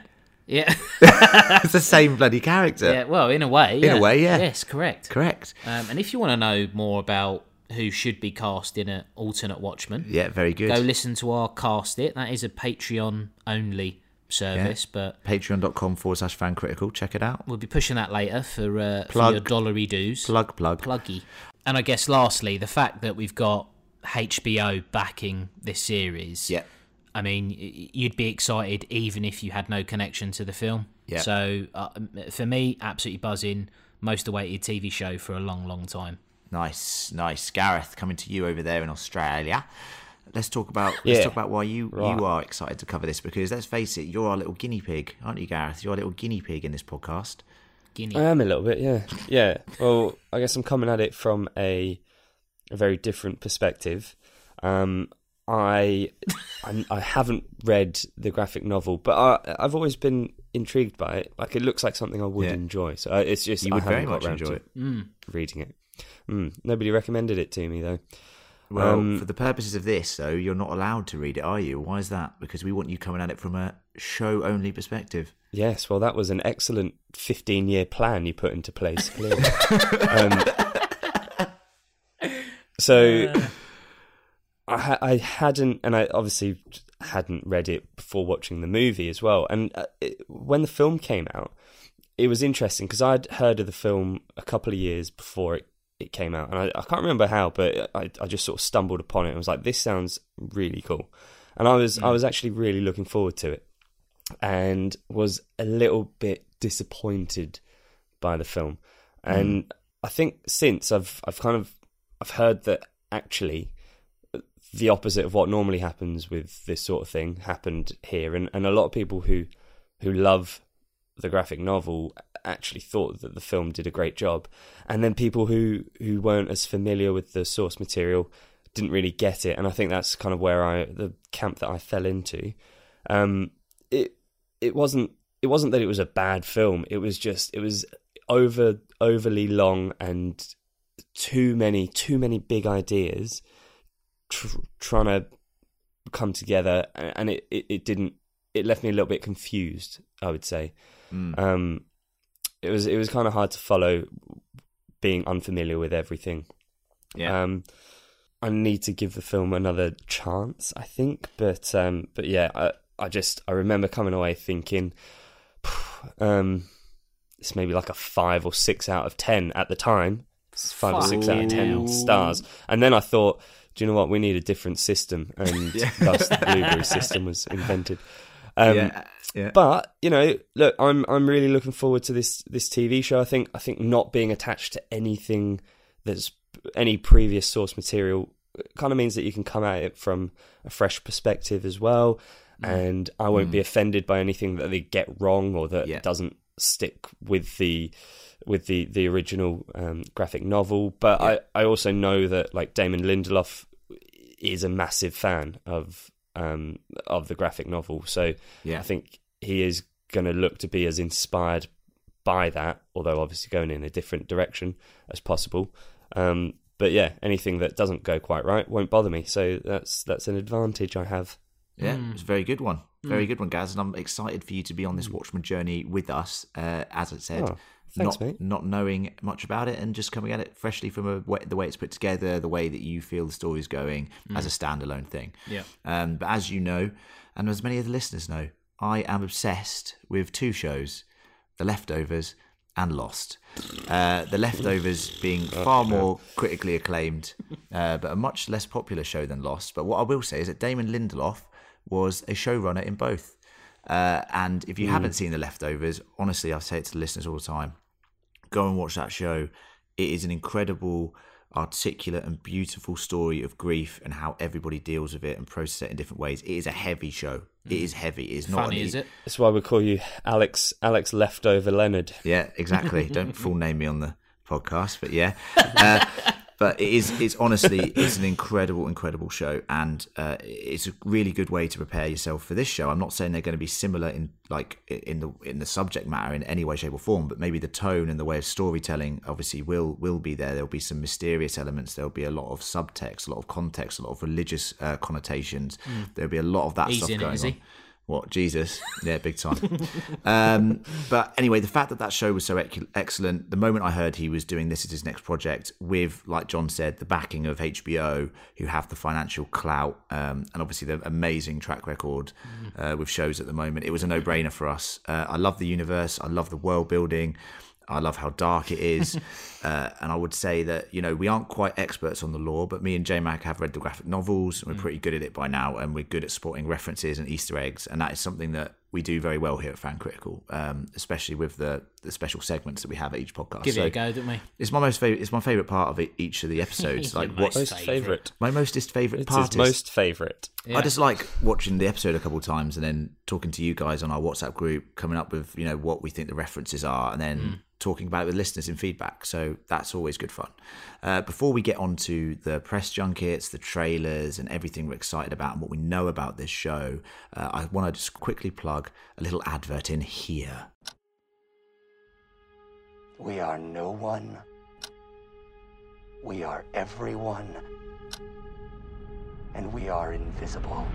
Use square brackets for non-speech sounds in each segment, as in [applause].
yeah, [laughs] it's the same bloody character. yeah. Well, in a way, yeah. a way, yeah. Yes, correct. Correct. Um, and if you want to know more about who should be cast in an alternate Watchman, Yeah, very good. go listen to our cast. It that is a Patreon only service, but patreon.com forward slash fan critical check it out we'll be pushing that later for, uh, for Plug. your dollary dues. plug plug pluggy. And I guess lastly, the fact that we've got HBO backing this series. yeah I mean, y- you'd be excited even if you had no connection to the film. Yeah. So uh, for me, absolutely buzzing. Most awaited TV show for a long, long time. nice nice gareth coming to you over there in australia let's talk about Yeah. let's talk about why you Right. you are excited to cover this because let's face it you're our little guinea pig aren't you gareth you're our little guinea pig in this podcast Guinea. I am a little bit, yeah, yeah. Well, I guess I'm coming at it from a, a very different perspective. Um, I, I I haven't read the graphic novel, but I, I've always been intrigued by it. Like it looks like something I would Yeah. enjoy. So I, it's just you I would haven't very got much round enjoy to it reading it. Mm, nobody recommended it to me though. well Um, for the purposes of this though you're not allowed to read it are you why is that because we want you coming at it from a show only perspective Yes, well, that was an excellent 15 year plan you put into place, clearly. um, so I, ha- I hadn't, and I obviously hadn't read it before watching the movie as well. And uh, it, when the film came out, it was interesting because I'd heard of the film a couple of years before it, it came out. And I, I can't remember how, but I, I just sort of stumbled upon it and was like, this sounds really cool. And I was, I was actually really looking forward to it and was a little bit disappointed by the film. And I think since I've I've kind of I've heard that actually the opposite of what normally happens with this sort of thing happened here and, and a lot of people who who love the graphic novel actually thought that the film did a great job and then people who who weren't as familiar with the source material didn't really get it and I think that's kind of where I the camp that I fell into um it it wasn't it wasn't that it was a bad film it was just it was over overly long and too many too many big ideas tr- trying to come together and, and it, it it didn't it left me a little bit confused i would say um it was it was kind of hard to follow being unfamiliar with everything yeah um, I need to give the film another chance, I think. But um, but yeah, I, I just I remember coming away thinking, [sighs] um, it's maybe like a five or six out of ten at the time. It's five or six out of ten Fucking hell. stars, and then I thought, do you know what? We need a different system, and thus the blueberry system was invented. Um, yeah, yeah. But you know, look, I'm I'm really looking forward to this this TV show. I think I think not being attached to anything that's any previous source material kind of means that you can come at it from a fresh perspective as well. Mm. And I won't be offended by anything that they get wrong or that Yeah. doesn't stick with the with the the original um, graphic novel. But I I also know that like Damon Lindelof is a massive fan of um of the graphic novel. So Yeah. I think he is going to look to be as inspired by that, although obviously going in a different direction as possible. Um, but yeah, anything that doesn't go quite right won't bother me. So that's that's an advantage I have. Yeah, Hmm. it's a very good one. Very good one, Gaz. And I'm excited for you to be on this Watchman journey with us. Uh, as I said, Hmm. Oh, thanks, not mate. not knowing much about it and just coming at it freshly from a way, the way it's put together, the way that you feel the story's going as a standalone thing. Yeah. Um, but as you know, and as many of the listeners know, I am obsessed with two shows, The Leftovers and Lost. Uh, the Leftovers being far more critically acclaimed, uh, but a much less popular show than Lost. But what I will say is that Damon Lindelof was a showrunner in both. Uh, and if you Mm. haven't seen The Leftovers, honestly, I say it to the listeners all the time go and watch that show. It is an incredible, articulate, and beautiful story of grief and how everybody deals with it and processes it in different ways. It is a heavy show. It is heavy. It is not Mm. Funny, an e- is it? That's why we call you Alex Alex Leftover Leonard. Yeah, exactly. Don't full name me on the podcast, but yeah. Uh, but it is it's honestly it's an incredible incredible show and uh, it's a really good way to prepare yourself for this show i'm not saying they're going to be similar in like in the in the subject matter in any way shape or form but maybe the tone and the way of storytelling obviously will will be there there'll be some mysterious elements there'll be a lot of subtext a lot of context a lot of religious uh, connotations there'll be a lot of that He's stuff in it, going is on he? what Jesus? Yeah, big time. um, but anyway, the fact that that show was so ec- excellent, the moment I heard he was doing this as his next project, with like John said, the backing of HBO, who have the financial clout um, and obviously the amazing track record uh, with shows at the moment, it was a no-brainer for us. Uh, I love the universe. I love the world building. I love how dark it is. uh, and I would say that, you know, we aren't quite experts on the law, but me and J Mac have read the graphic novels and we're pretty good at it by now. And we're good at spotting references and Easter eggs. And that is something that we do very well here at Fan Critical, um, especially with the, the special segments that we have at each podcast. Give So it a go, don't we? It's my most favorite. It's my favorite part of it, each of the [laughs] episodes. Your like what's most Most Favourite. favourite. my mostest favorite It's part his is most favourite. Yeah. I just like watching the episode a couple of times and then talking to you guys on our WhatsApp group, coming up with you know what we think the references are, and then talking about it with listeners in feedback. So that's always good fun. Uh, before we get on to the press junkets, the trailers, and everything we're excited about and what we know about this show, uh, I want to just quickly plug a little advert in here. We are no one. We are everyone. And we are invisible.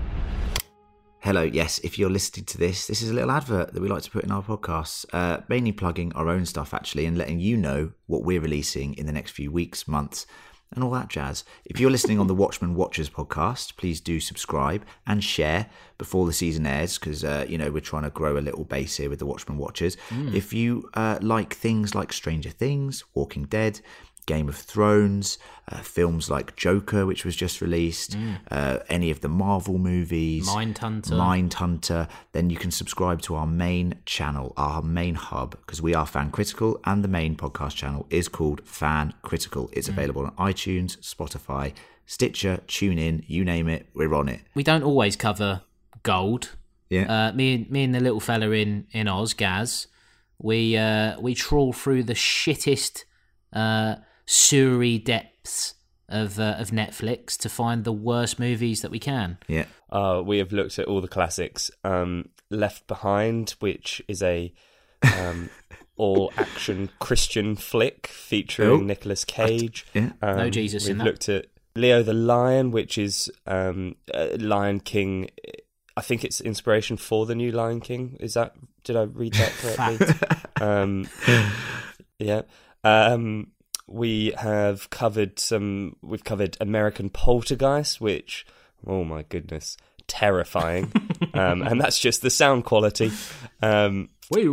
Hello, yes, if you're listening to this, this is a little advert that we like to put in our podcasts, uh, mainly plugging our own stuff actually and letting you know what we're releasing in the next few weeks, months, and all that jazz. If you're listening on the Watchmen Watchers podcast, please do subscribe and share before the season airs because, uh, you know, we're trying to grow a little base here with the Watchmen Watchers. If you uh, like things like Stranger Things, Walking Dead, Game of Thrones, uh, films like Joker, which was just released, uh, any of the Marvel movies, Mindhunter. Mindhunter, then you can subscribe to our main channel, our main hub, because we are Fan Critical, and the main podcast channel is called Fan Critical. It's Mm. available on iTunes, Spotify, Stitcher, TuneIn, you name it, we're on it. We don't always cover gold. Yeah. Uh, me and me and the little fella in in Oz, Gaz, we uh, we trawl through the shittest uh, sewery depths of uh, of Netflix to find the worst movies that we can. yeah. Uh, we have looked at all the classics. Um, Left Behind, which is a um, [laughs] all action Christian flick featuring Oh. Nicolas Cage. yeah. Um, No Jesus We've in that. looked at Leo the Lion, which is um, uh, Lion King. I think it's inspiration for the new Lion King. Is that? Did I read that [laughs] correctly? um, yeah. Um, we have covered some. We've covered American Poltergeist, which, oh my goodness, [laughs] terrifying. um, and that's just the sound quality. Um,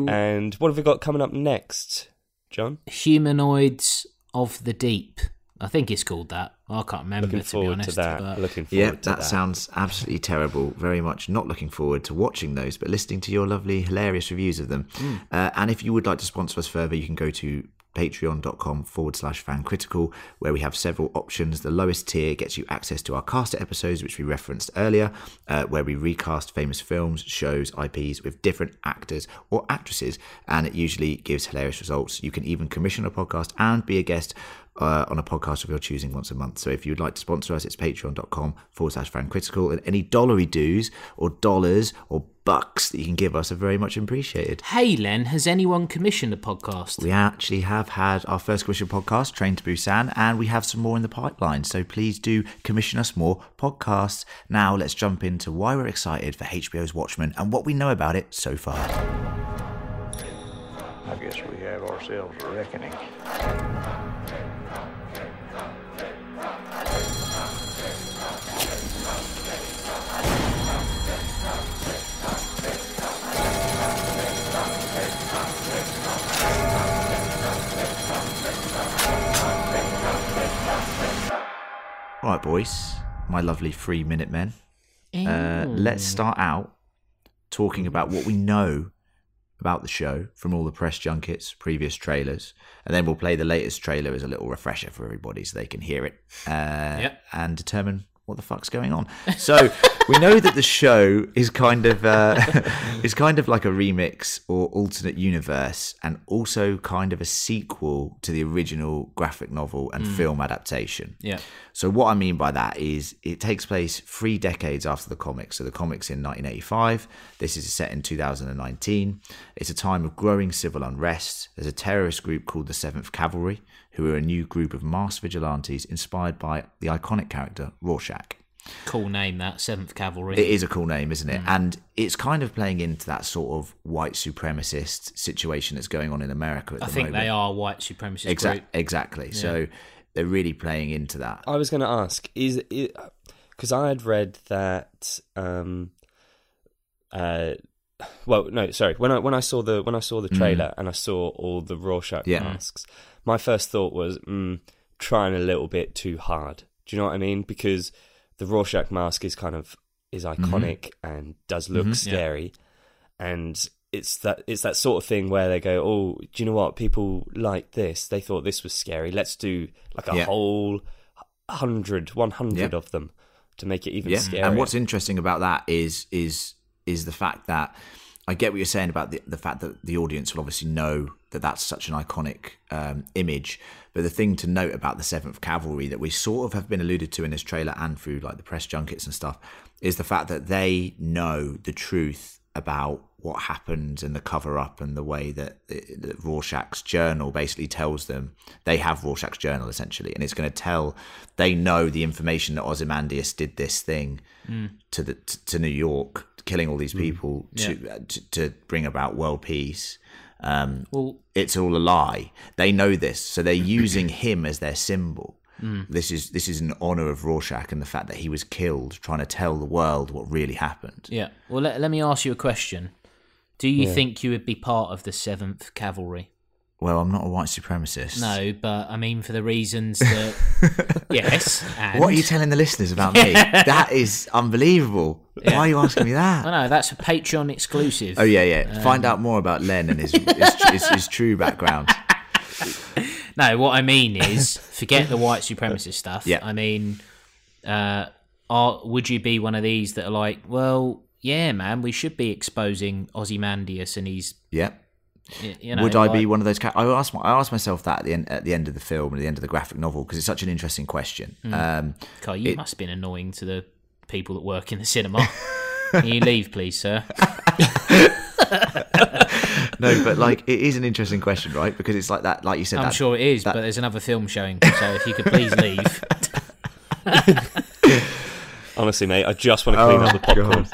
and what have we got coming up next, John? Humanoids of the Deep, I think it's called that. I can't remember Looking to be forward honest. to that. but- Looking forward Yeah, that, to that. sounds absolutely terrible. Very much not looking forward to watching those, but listening to your lovely, hilarious reviews of them. Mm. Uh, and if you would like to sponsor us further, you can go to patreon.com forward slash fan critical, where we have several options. The lowest tier gets you access to our caster episodes, which we referenced earlier, uh, where we recast famous films, shows, IPs with different actors or actresses, and it usually gives hilarious results. You can even commission a podcast and be a guest uh, on a podcast of your choosing once a month. So if you'd like to sponsor us, it's patreon.com forward slash fan critical. And any dollary dues or dollars or bucks that you can give us are very much appreciated. Hey Len, has anyone commissioned a podcast? We actually have had our first commission podcast, Train to Busan, and we have some more in the pipeline. So please do commission us more podcasts. Now let's jump into why we're excited for HBO's Watchmen and what we know about it so far. I guess we have ourselves a reckoning. All right, boys, my lovely three minute men. Uh, let's start out talking about what we know about the show from all the press junkets, previous trailers, and then we'll play the latest trailer as a little refresher for everybody so they can hear it uh, Yep. and determine what the fuck's going on. So we know that the show is kind of uh, [laughs] is kind of like a remix or alternate universe, and also kind of a sequel to the original graphic novel and film adaptation. Yeah. So what I mean by that is it takes place three decades after the comics. So the comics in 1985. This is set in 2019. It's a time of growing civil unrest. There's a terrorist group called the Seventh Cavalry, who are a new group of masked vigilantes inspired by the iconic character Rorschach. Cool name that, Seventh Cavalry. It is a cool name, isn't Mm. it? And it's kind of playing into that sort of white supremacist situation that's going on in America at I the think moment. they are a white supremacist Exactly. group. Exactly. So they're really playing into that. I was going to ask is because I had read that. Um, uh, well, no, sorry. When I when I saw the when I saw the trailer and I saw all the Rorschach Yeah. masks, my first thought was mm, trying a little bit too hard. Do you know what I mean? Because the Rorschach mask is kind of is iconic and does look scary, and it's that it's that sort of thing where they go, oh, do you know what? People like this. They thought this was scary. Let's do like a Yeah. whole 100, 100 Yeah. of them to make it even scarier. And what's interesting about that is is is the fact that I get what you're saying about the, the fact that the audience will obviously know that that's such an iconic um, image. But the thing to note about the Seventh Cavalry that we sort of have been alluded to in this trailer and through like the press junkets and stuff is the fact that they know the truth about what happened and the cover up and the way that, that Rorschach's journal basically tells them they have Rorschach's journal essentially, and it's going to tell they know the information that Ozymandias did this thing to the to, to New York, killing all these people to, uh, to to bring about world peace. Um, Well, it's all a lie. They know this, so they're using [clears throat] him as their symbol. This is this is in honor of Rorschach and the fact that he was killed, trying to tell the world what really happened. yeah. Well, let, let me ask you a question. Do you think you would be part of the Seventh Cavalry? Well, I'm not a white supremacist. No, but I mean for the reasons that [laughs] yes. And What are you telling the listeners [laughs] about me? That is unbelievable. Why are you asking me that? I know that's a Patreon exclusive. Oh yeah, yeah. um, Find out more about Len [laughs] and his his, his, his true background. No, what [laughs] I mean is, forget the white supremacist stuff. Yeah. I mean, uh, are, would you be one of these that are like, well, yeah, man, we should be exposing Ozymandias and he's, Yeah. y- you know. Would I be like- one of those? Ca- I asked my, I asked myself that at the end at the end of the film at the end of the graphic novel because it's such an interesting question. Hmm. Um, Kai, you must have been annoying to the people that work in [laughs] the cinema. Can you leave, please, sir? no, but like it is an interesting question, right? Because it's like that, like you said. I'm that, sure it is, but there's another film showing, so if you [laughs] could please leave. Honestly, mate, I just want to clean Oh. up the [laughs] popcorn.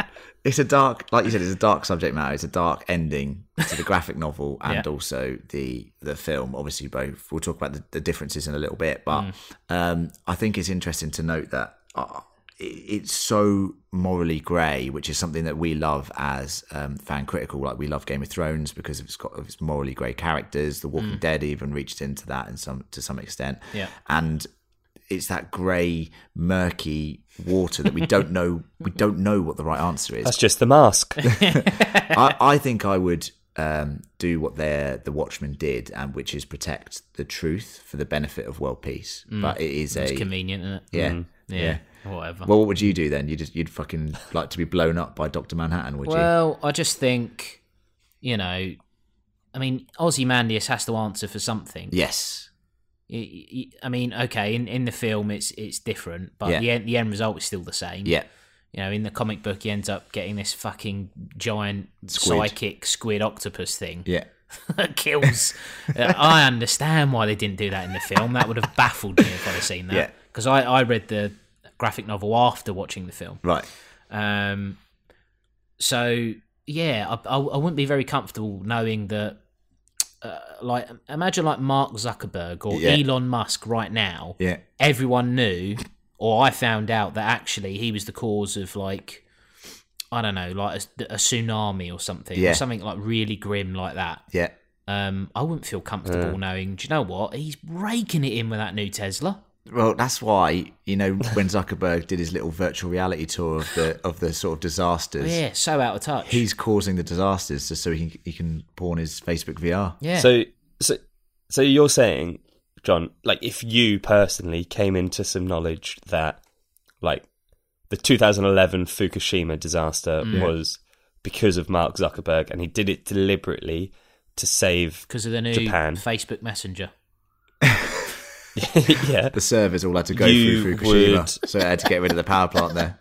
It's a dark, like you said, it's a dark subject matter. It's a dark ending to the graphic novel and [laughs] Yeah. also the the film. Obviously, both we'll talk about the, the differences in a little bit, but Mm. um, I think it's interesting to note that uh, it, it's so morally grey, which is something that we love as um, fan critical. Like we love Game of Thrones because it's got of its morally grey characters. The Walking Dead even reached into that in some to some extent. Mm. Yeah. and it's that grey, murky water that we don't know. we don't know what the right answer is. That's just the mask. I, I think I would um, do what their the Watchmen did, and which is protect the truth for the benefit of world peace. But it is a It's convenient, isn't it? yeah, Yeah. Whatever. Well, what would you do then? You'd just, you'd fucking like to be blown up by Doctor Manhattan, would you? Well, I just think, you know, I mean, Ozymandias has to answer for something. Yes. Y- y- y- I mean, okay, in, in the film it's it's different, but Yeah. the end the end result is still the same. Yeah. You know, in the comic book, he ends up getting this fucking giant Squid. psychic squid octopus thing Yeah. [laughs] [laughs] that kills. Uh, I understand why they didn't do that in the film. That would have baffled me if I'd have seen Yeah. that. Because I, I read the graphic novel after watching the film. Right. Um, so yeah, I, I, I wouldn't be very comfortable knowing that. Uh, like imagine like Mark Zuckerberg or Yeah. Elon Musk right now. Yeah. Everyone knew, or I found out that actually he was the cause of like I don't know, like a, a tsunami or something, Yeah. or something like really grim like that. Yeah. Um, I wouldn't feel comfortable Uh. knowing. Do you know what? He's raking it in with that new Tesla. Well, that's why you know when Zuckerberg did his little virtual reality tour of the of the sort of disasters. Yeah, so out of touch. He's causing the disasters just so he can, he can pawn his Facebook VR. yeah. So, so, so you're saying, John, like if you personally came into some knowledge that, like, the 2011 Fukushima disaster Mm. was because of Mark Zuckerberg, and he did it deliberately to save. because of the new Japan. Facebook Messenger. yeah, The servers all had to go You through Fukushima, would- so they had to get rid of the power plant [laughs] there.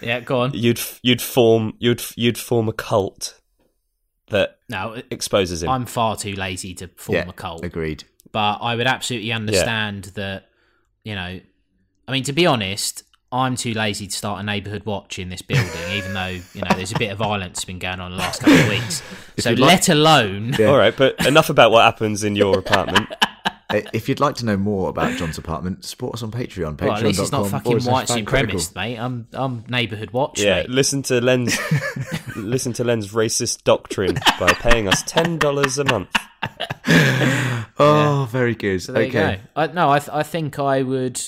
Yeah, go on. you'd you'd form you'd you'd form a cult that No, it- exposes him. I'm far too lazy to form yeah, a cult, agreed. but I would absolutely understand that. You know, I mean, to be honest, I'm too lazy to start a neighbourhood watch in [laughs] this building, even though you know there's a bit of violence been going on the last couple of weeks. so you'd like- let alone, Yeah. All [laughs] right, but enough about what happens in your apartment. Uh, If you'd like to know more about John's apartment, support us on Patreon. [laughs] well, at least it's not patreon.com fucking forward slash white Fan Critical. supremacist, mate. I'm I'm neighbourhood watch, Yeah, mate. listen [laughs] to Len's listen to Len's racist doctrine by paying us ten dollars a month. Oh, very good. So there okay. you go. I, no, I, th- I think I would.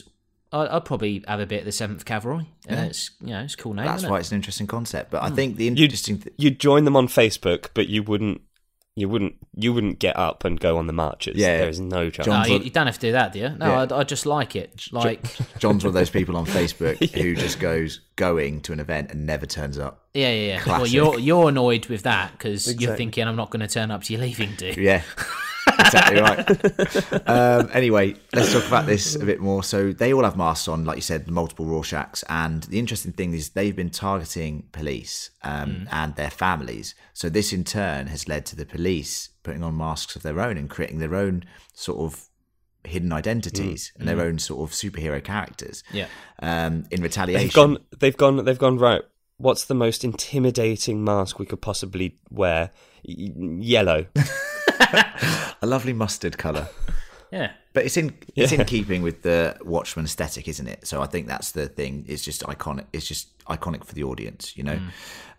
I, I'd probably have a bit of the Seventh Cavalry. Yeah. it's you know it's a cool name. That's isn't it? Hmm. why it's an interesting concept. But I think the You'd, interesting th- you'd join them on Facebook, but you wouldn't you wouldn't you wouldn't get up and go on the marches. Yeah. there is no chance. John- No, John's you, a- you don't have to do that, do you? No, Yeah. I, I just like it. Like, John's one of those people on [laughs] Facebook who just goes going to an event and never turns up. yeah, yeah, yeah. Well, Classic. you're you're annoyed with that because you're thinking I'm not going to turn up to your leaving, dude. Yeah, exactly right. [laughs] um, anyway, let's talk about this a bit more. So they all have masks on, like you said, multiple Rorschachs. And the interesting thing is they've been targeting police Mm. um, and their families. So this in turn has led to the police putting on masks of their own and creating their own sort of hidden identities Mm. and their own sort of superhero characters Yeah. um, in retaliation. they've gone. They've gone. They've gone. Right. What's the most intimidating mask we could possibly wear? Y- Yellow. a lovely mustard colour. Yeah. But it's in it's in keeping with the Watchmen aesthetic, isn't it? So I think that's the thing. It's just iconic. It's just iconic for the audience, you know.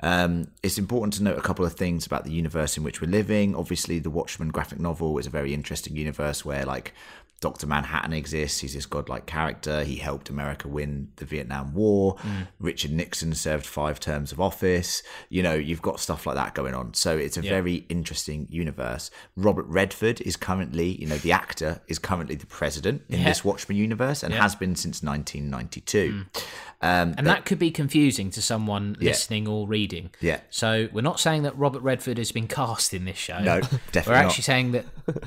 Um, it's important to note a couple of things about the universe in which we're living. Obviously, the Watchmen graphic novel is a very interesting universe where like Doctor Manhattan exists. He's this godlike character. He helped America win the Vietnam War. Mm. Richard Nixon served five terms of office. You know, you've got stuff like that going on. So it's a very interesting universe. Robert Redford is currently, you know, the actor is currently the president in Yeah. this Watchmen universe and has been since 1992. Mm. Um, And that could be confusing to someone Yeah. listening or reading. Yeah. So we're not saying that Robert Redford has been cast in this show. No, [laughs] We're definitely actually not. saying that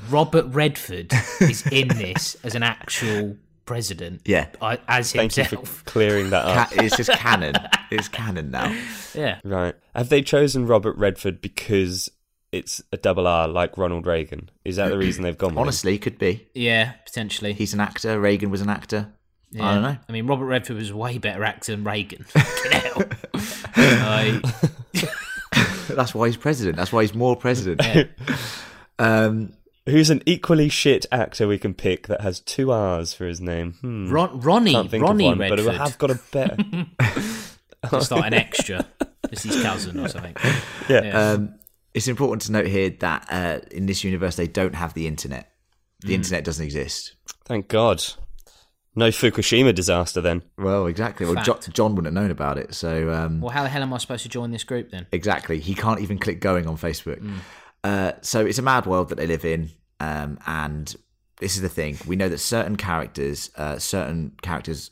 Robert Redford is [laughs] in this as an actual president. Yeah. I, as Thank [laughs] you himself. for clearing that up. Ca- it's just canon. It's canon now. Yeah. Right. Have they chosen Robert Redford because it's a double R like Ronald Reagan? Is that the reason they've gone? with him? Honestly, could be. Yeah. Potentially. He's an actor. Reagan was an actor. I don't know. I mean, Robert Redford was a way better actor [laughs] than Reagan. Fucking hell. I- That's why he's president. That's why he's more president. um, Who's an equally shit actor we can pick that has two R's for his name? Hmm. Ron, Ronnie, Can't think Ronnie of one, Redford, but I have got a [laughs] better. [laughs] just like an extra. It's his cousin or something. Yeah. um, it's important to note here that uh, in this universe, they don't have the internet. The internet doesn't exist. Thank God. No Fukushima disaster then. Well, exactly. Well, jo- Fact. John wouldn't have known about it. So, um, Well, how the hell am I supposed to join this group then? Exactly. He can't even click going on Facebook. Uh, so it's a mad world that they live in. Um, and this is the thing we know that certain characters, uh, certain characters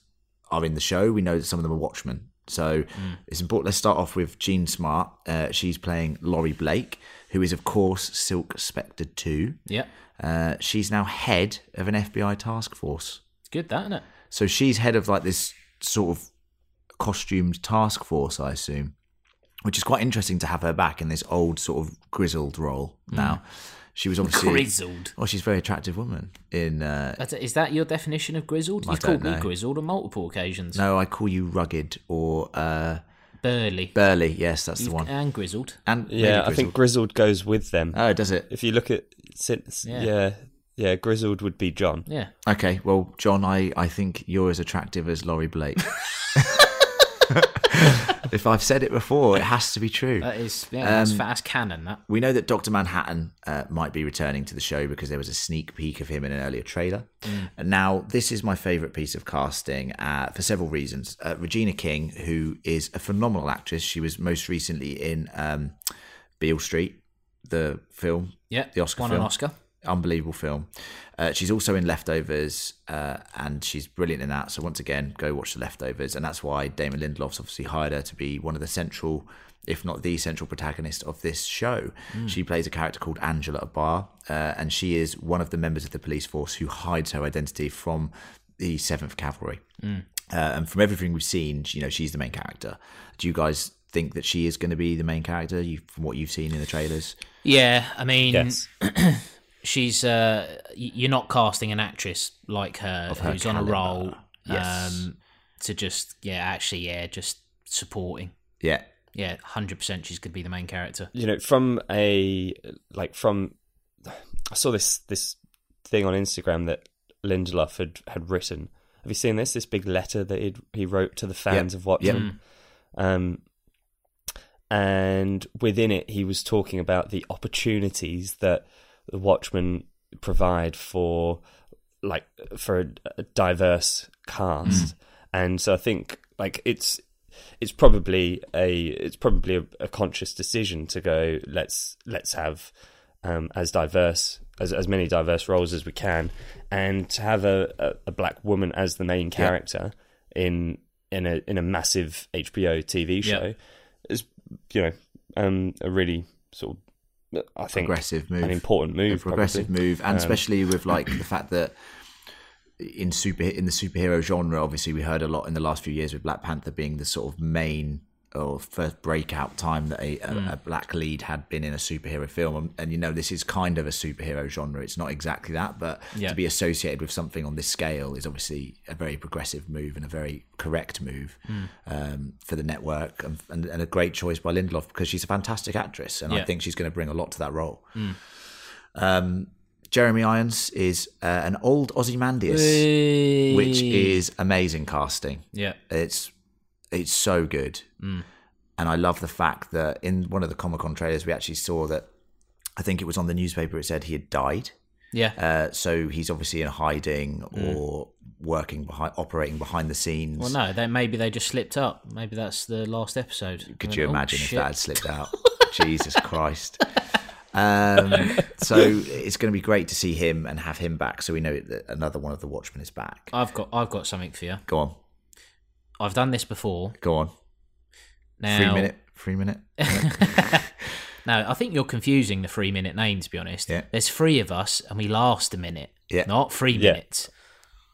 are in the show. We know that some of them are Watchmen. So it's important. Let's start off with Jean Smart. Uh, she's playing Laurie Blake, who is, of course, Silk Spectre 2. Yeah, Uh, she's now head of an FBI task force. it's good that, isn't it? So she's head of like this sort of costumed task force, I assume, which is quite interesting to have her back in this old sort of grizzled role now. She was obviously Grizzled. Well, she's a very attractive woman. In uh, That's- Is that your definition of grizzled? I You've don't called me know. grizzled on multiple occasions. no, I call you rugged or uh, Burly. burly. Yes, that's the You've- one. And grizzled. And maybe Yeah, I think grizzled. Grizzled goes with them. Oh, does it? if you look at since Uh, Yeah. yeah. yeah Grizzled would be John. Yeah. Okay, well, John, I, I think you're as attractive as Laurie Blake. [laughs] [laughs] if I've said it before, it has to be Uh, true. That is, yeah, Um, that's, fa- that's canon, that. We know that Dr. Manhattan uh, might be returning to the show because there was a sneak peek of him in an earlier trailer. And now, this is my favourite piece of casting uh, for several reasons. Uh, Regina King, who is a phenomenal actress, she was most recently in um, Beale Street, the film, Yeah. the Oscar Won film. an Oscar. Unbelievable film. Uh, she's also in Leftovers, uh, and she's brilliant in that. So once again, go watch the Leftovers, and that's why Damon Lindelof's obviously hired her to be one of the central, if not the central protagonist of this show. Hmm. She plays a character called Angela Barr, uh, and she is one of the members of the police force who hides her identity from the Seventh Cavalry. Hmm. Uh, and from everything we've seen, you know, she's the main character. Do you guys think that she is going to be the main character? You, from what you've seen in the trailers, Yeah, I mean, Yes. she's uh, y- you're not casting an actress like her, her who's on a caliber. roll. Yes. Um, to just yeah, actually yeah, just supporting. yeah. Yeah, hundred percent. She's gonna be the main character. you know from a like from i saw this this thing on instagram that lindelof had had written have you seen this this big letter that he'd, he wrote to the fans of watchmen um and within it he was talking about the opportunities that the watchmen provide for like for a, a diverse Mm. cast and so i think like it's it's probably a it's probably a, a conscious decision to go let's let's have um, as diverse as as many diverse roles as we can, and to have a, a, a black woman as the main character in in a in a massive HBO TV show Yeah. is you know um, a really sort of I think Progressive move. an important move, a progressive probably. move, Um, and especially with like the fact that in super in the superhero genre, obviously we heard a lot in the last few years with Black Panther being the sort of main or first breakout time that a, a, Mm. a black lead had been in a superhero film, and, and you know this is kind of a superhero genre. It's not exactly that, but Yeah. to be associated with something on this scale is obviously a very progressive move and a very correct move Mm. um, for the network, and, and, and a great choice by Lindelof because she's a fantastic actress, and I Yeah. think she's going to bring a lot to that role. Jeremy Irons is uh, an old Ozymandias, which is amazing casting. yeah, Mm. It's it's so good, and I love the fact that in one of the Comic Con trailers we actually saw that I think it was on the newspaper it said he had died. yeah, Uh, so he's obviously in hiding or working behind, operating behind the scenes. Mm. Well, no, they maybe they just slipped up. Maybe that's the last episode. Could And you then, oh, imagine if shit. that had slipped [laughs] out? Jesus Christ. Um, so it's going to be great to see him and have him back. So we know that another one of the Watchmen is back. I've got I've got something for you. Go on, I've done this before. go on. Now, Three minute, three minute. No, I think you're confusing the three minute name. To be honest, Yeah. there's three of us and we last a minute, Yeah. not three Yeah. minutes.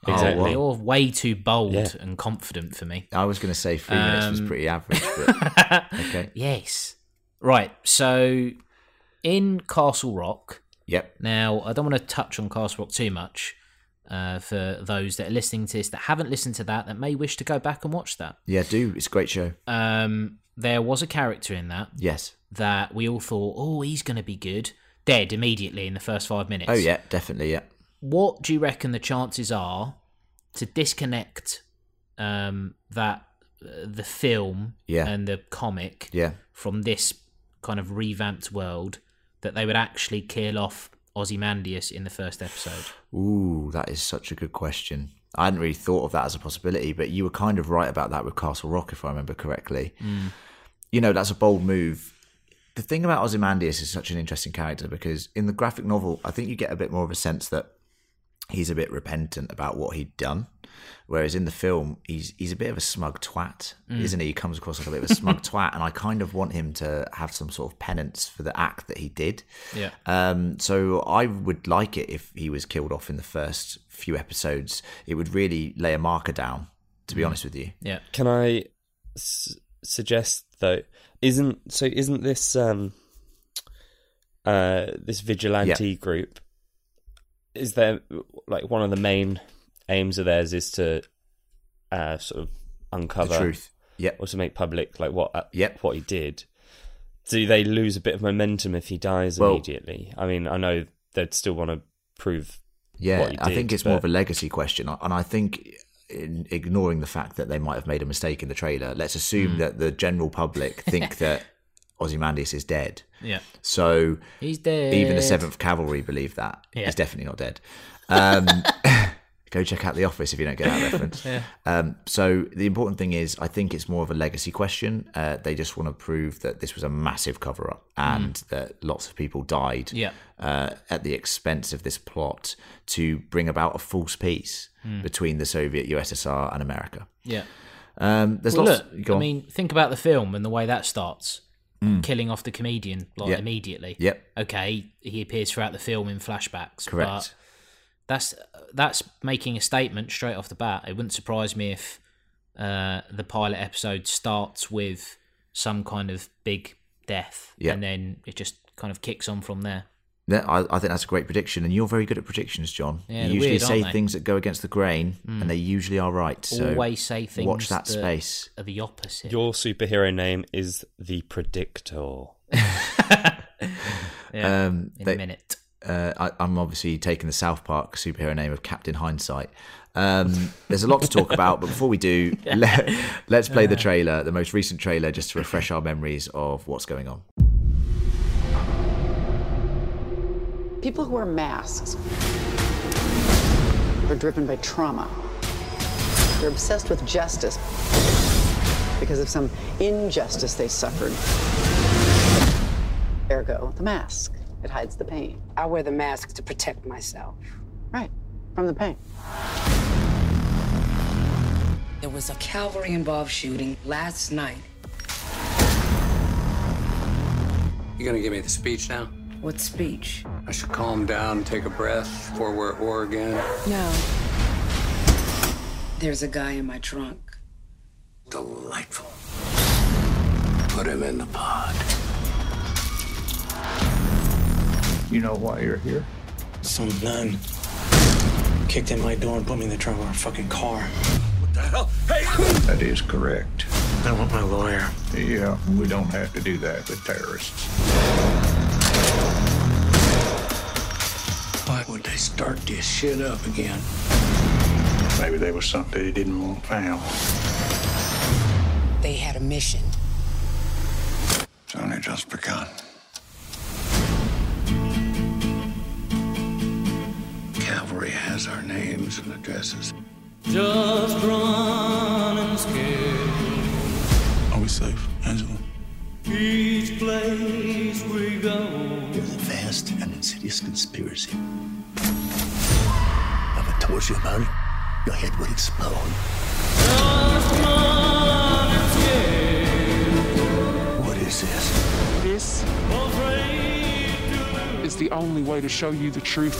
Oh, Exactly. well. You're way too bold Yeah. and confident for me. I was going to say three minutes was pretty average, but [laughs] okay. Yes. Right. So in Castle Rock, Yep. now I don't want to touch on Castle Rock too much uh, for those that are listening to this that haven't listened to that that may wish to go back and watch that. Yeah, do. It's a great show. Um, there was a character in that Yes. that we all thought, oh, he's going to be good. Dead immediately in the first five minutes. Oh, yeah, definitely. Yeah. What do you reckon the chances are to disconnect um, that uh, the film Yeah. and the comic Yeah. from this kind of revamped world that they would actually kill off Ozymandias in the first episode. Ooh, that is such a good question. I hadn't really thought of that as a possibility, but you were kind of right about that with Castle Rock, if I remember correctly. You know, that's a bold move. The thing about Ozymandias is such an interesting character because in the graphic novel, I think you get a bit more of a sense that he's a bit repentant about what he'd done. Whereas in the film, he's he's a bit of a smug twat, isn't he? He comes across like a bit of a smug twat, and I kind of want him to have some sort of penance for the act that he did. Yeah. Um, so I would like it if he was killed off in the first few episodes. It would really lay a marker down. To be Hmm. honest with you, Yeah. Can I s- suggest though? Isn't so? Isn't this um uh this vigilante group? Is there like one of the main aims of theirs is to uh sort of the uncover truth. Yep. or to make public like what uh, Yep. what he did? Do they lose a bit of momentum if he dies Well- immediately? I mean, I know they'd still want to prove. Yeah, what he I think did, it's more of but- a legacy question, and I think in ignoring the fact that they might have made a mistake in the trailer, let's Hmm. assume that the general [laughs] public think that Ozymandias is dead. Yeah. So He's dead. even the Seventh Cavalry believe that Yeah. he's definitely not dead. Um, [laughs] go check out The Office if you don't get that reference. Um, so the important thing is, I think it's more of a legacy question. Uh, they just want to prove that this was a massive cover up and that lots of people died Mm. Yeah. uh, at the expense of this plot to bring about a false peace Mm. between the Soviet USSR and America. Yeah. Um, there's Well, lots. look, go I on. Mm. mean, think about the film and the way that starts. Killing off the comedian like Yeah. immediately. Yep. Okay, he appears throughout the film in flashbacks. Correct. But that's that's making a statement straight off the bat. It wouldn't surprise me if uh, the pilot episode starts with some kind of big death, Yeah. and then it just kind of kicks on from there. Yeah, I, I think that's a great prediction, and you're very good at predictions, John. you Yeah, they're usually weird, say aren't they? Mm. things that go against the grain, and they usually are right. So Always say things. watch that that space. Are the opposite. Your superhero name is the Predictor. yeah, um, in they- a minute. Uh, I, I'm obviously taking the South Park superhero name of Captain Hindsight. Um, there's a lot to talk about, but before we [laughs] do, let, let's play Uh. the trailer, the most recent trailer, just to refresh our memories of what's going on. People who wear masks are driven by trauma. They're obsessed with justice because of some injustice they suffered. Ergo, the mask. It hides the pain. I wear the mask to protect myself. Right, from the pain. There was a cavalry involved shooting last night. You gonna give me the speech now? What speech? I should calm down, take a breath before we're at war again. No. There's a guy in my trunk. Delightful. Put him in the pod. You know why you're here? Some nun kicked in my door and put me in the trunk of our fucking car. That is correct. I want my lawyer. Yeah, we don't have to do that with terrorists. Why would They start this shit up again. Maybe there was something they didn't want found. They had a mission. It's only just begun. Cavalry has our names and addresses. Are we safe, Angela? There's a vast and insidious conspiracy. If I told you about it, your head would explode. What is this? This is the only way to show you the truth.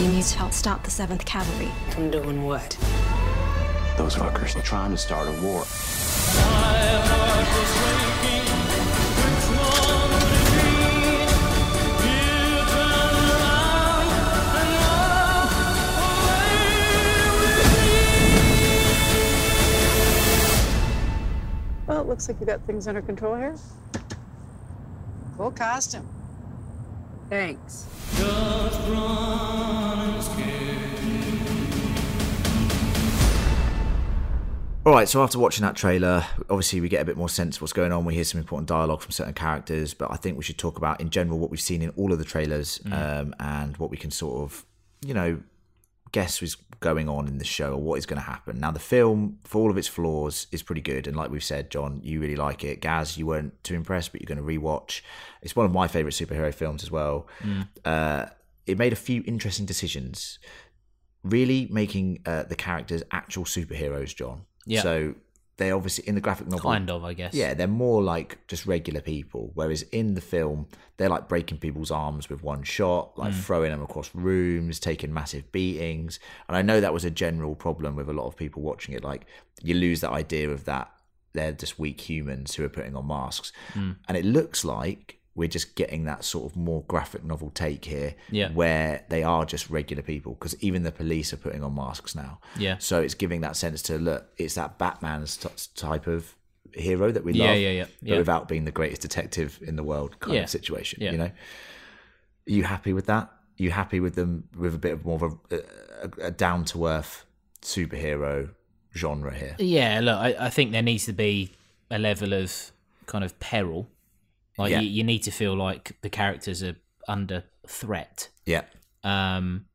You need to help stop the 7th Cavalry. From doing what? Those fuckers are trying to start a war. Well, it looks like you got things under control here. Cool costume. Thanks. All right, so after watching that trailer, obviously we get a bit more sense of what's going on. We hear some important dialogue from certain characters, but I think we should talk about in general what we've seen in all of the trailers um, and what we can sort of, you know, guess is going on in the show or what is going to happen. Now, the film, for all of its flaws, is pretty good. And like we've said, John, you really like it. Gaz, you weren't too impressed, but you're going to rewatch. It's one of my favorite superhero films as well. Mm. Uh, it made a few interesting decisions, really making uh, the characters actual superheroes, John. Yeah. So they obviously in the graphic novel Kind of, I guess. yeah they're more like just regular people whereas in the film they're like breaking people's arms with one shot like Mm. throwing them across rooms taking massive beatings and i know that was a general problem with a lot of people watching it like you lose that idea of that they're just weak humans who are putting on masks Mm. and it looks like we're just getting that sort of more graphic novel take here Yeah. where they are just regular people because even the police are putting on masks now Yeah. so it's giving that sense to look, it's that Batman's t- type of hero that we Yeah, love, yeah, yeah, but yeah. without being the greatest detective in the world kind Yeah. of situation. Yeah. You know, are you happy with that? you happy with them with a bit of more of a, a, a down to earth superhero genre here? Yeah, look, I, I think there needs to be a level of kind of peril. Like Yeah. you, you need to feel like the characters are under threat. Yeah, Um,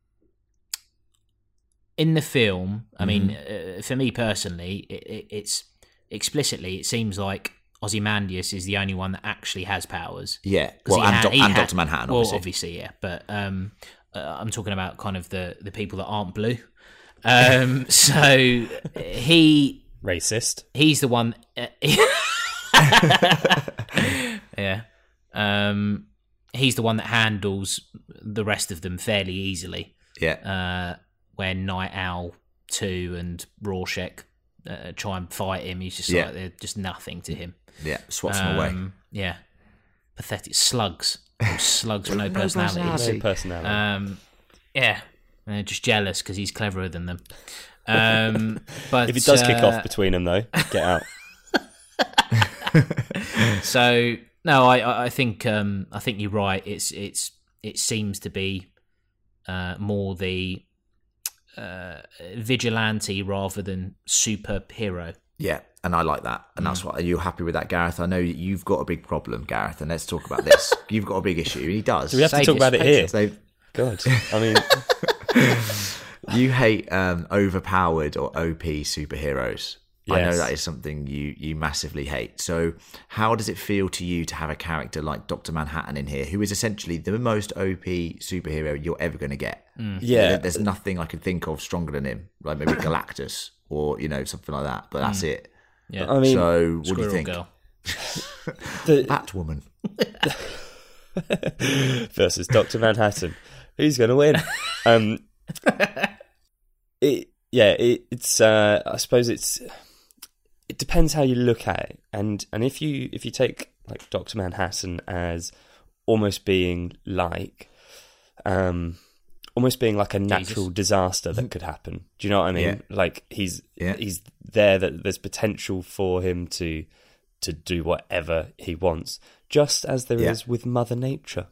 in the film, I Mm-hmm. mean, uh, for me personally, it, it, it's explicitly it seems like Ozymandias is the only one that actually has powers. yeah. 'Cause Well, he and, had- Doc- he and had- Doctor Manhattan, Well, obviously. obviously, yeah. But um, uh, I'm talking about kind of the the people that aren't blue. Um, [laughs] so he Racist. he's the one. Uh, [laughs] yeah. Um, he's the one that handles the rest of them fairly easily. Yeah, Uh, where Night Owl two and Rorschach uh, try and fight him, he's just Yeah. like they're just nothing to him. yeah. Swaps them away. Um, Yeah. [laughs] Pathetic slugs. slugs with no personality. No personality. Um, yeah. And they're just jealous because he's cleverer than them. Um, [laughs] but if it does kick uh, off between them, though, get [laughs] out. so no, I- I, I think um, I think you're right. It's it's it seems to be uh, more the uh, vigilante rather than superhero. Yeah, and I like that, and Mm. that's what. Are you happy with that, Gareth? I know you've got a big problem, Gareth, and let's talk about [laughs] this. you've got a big issue, and he does. Do we have to Say talk about it here? So- God, I mean, You hate um, overpowered or OP superheroes. I know Yes. that is something you, you massively hate. So, how does it feel to you to have a character like Doctor Manhattan in here, who is essentially the most OP superhero you're ever going to get? There- Mm. yeah, There's nothing I could think of stronger than him, like [coughs] maybe Galactus or you know something like that. But that's it. Yeah, [laughs] Mm. I [laughs] mean, so, what do squirrel you think? girl. the, Batwoman. versus Doctor Manhattan, who's going to win? [laughs] Um, it, yeah, it, it's. Uh, I suppose it's. It depends how you look at it, and and if you if you take like Doctor Manhattan as almost being like, um, almost being like a natural disaster that could happen. Do you know what I mean? Like he's Yeah. he's there that there's potential for him to to do whatever he wants, just as there is Yeah. Mm-hmm. with Mother Nature.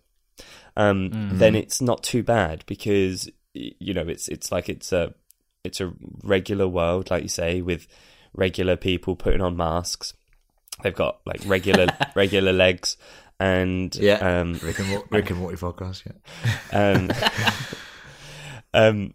Um, Then it's not too bad because y- you know it's it's like it's a it's a regular world, like you say, with regular people putting on masks. They've got like regular regular legs, and Yeah. um, Rick and, Mor- Rick and [laughs] Morty podcast. Yeah. um, um,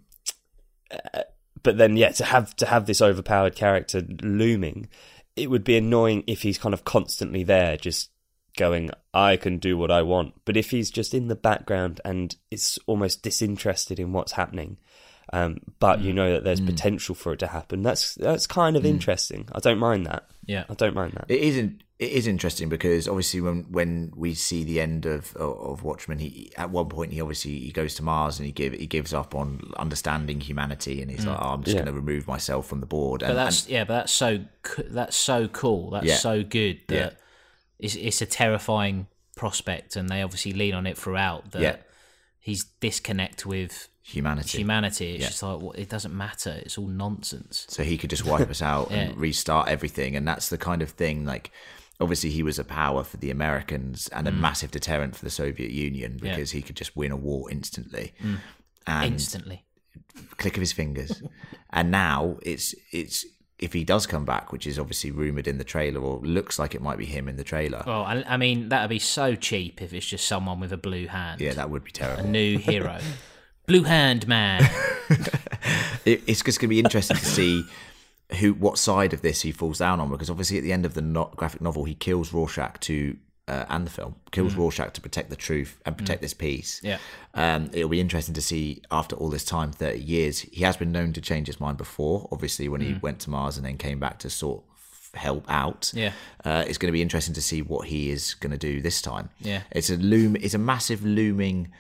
uh, but then yeah, to have to have this overpowered character looming, it would be annoying if he's kind of constantly there, just going, "I can do what I want." But if he's just in the background and is almost disinterested in what's happening. Um, but you know that there's potential for it to happen. That's that's kind of interesting. I don't mind that. Yeah. I don't mind that. It isn't. It is interesting because obviously when when we see the end of of Watchmen, he at one point he obviously he goes to Mars and he give he gives up on understanding humanity and he's like, oh, I'm just Yeah. going to remove myself from the board. And, Mm. But that's yeah, but that's so co- that's so cool. That's Yeah. so good that Yeah. it's it's a terrifying prospect, and they obviously lean on it throughout. That and- yeah, his disconnect with humanity. humanity. It's Yeah. just like well, it doesn't matter. It's all nonsense. so he could just wipe us out and [laughs] Yeah. restart everything, and that's the kind of thing like. Obviously, he was a power for the Americans and a massive deterrent for the Soviet Union Mm. Yeah. Mm. because he could just win a war instantly. And Instantly. click of his fingers. and now it's it's if he does come back, which is obviously rumored in the trailer or looks like it might be him in the trailer. Well, I, I mean that'd be so cheap if it's just someone with a blue hand. Yeah, that would be [laughs] a terrible. new hero. Blue Hand Man. [laughs] it, it's just going to be interesting to see who what side of this he falls down on because obviously at the end of the no- graphic novel he kills Rorschach to uh, and the film kills Mm. Rorschach to protect the truth and protect Mm. this peace. Yeah. Um, it'll be interesting to see after all this time, thirty years, he has been known to change his mind before. Obviously, when he Mm. went to Mars and then came back to sort of help out. Yeah. Uh, it's going to be interesting to see what he is going to do this time. Yeah. It's a loom. It's a massive looming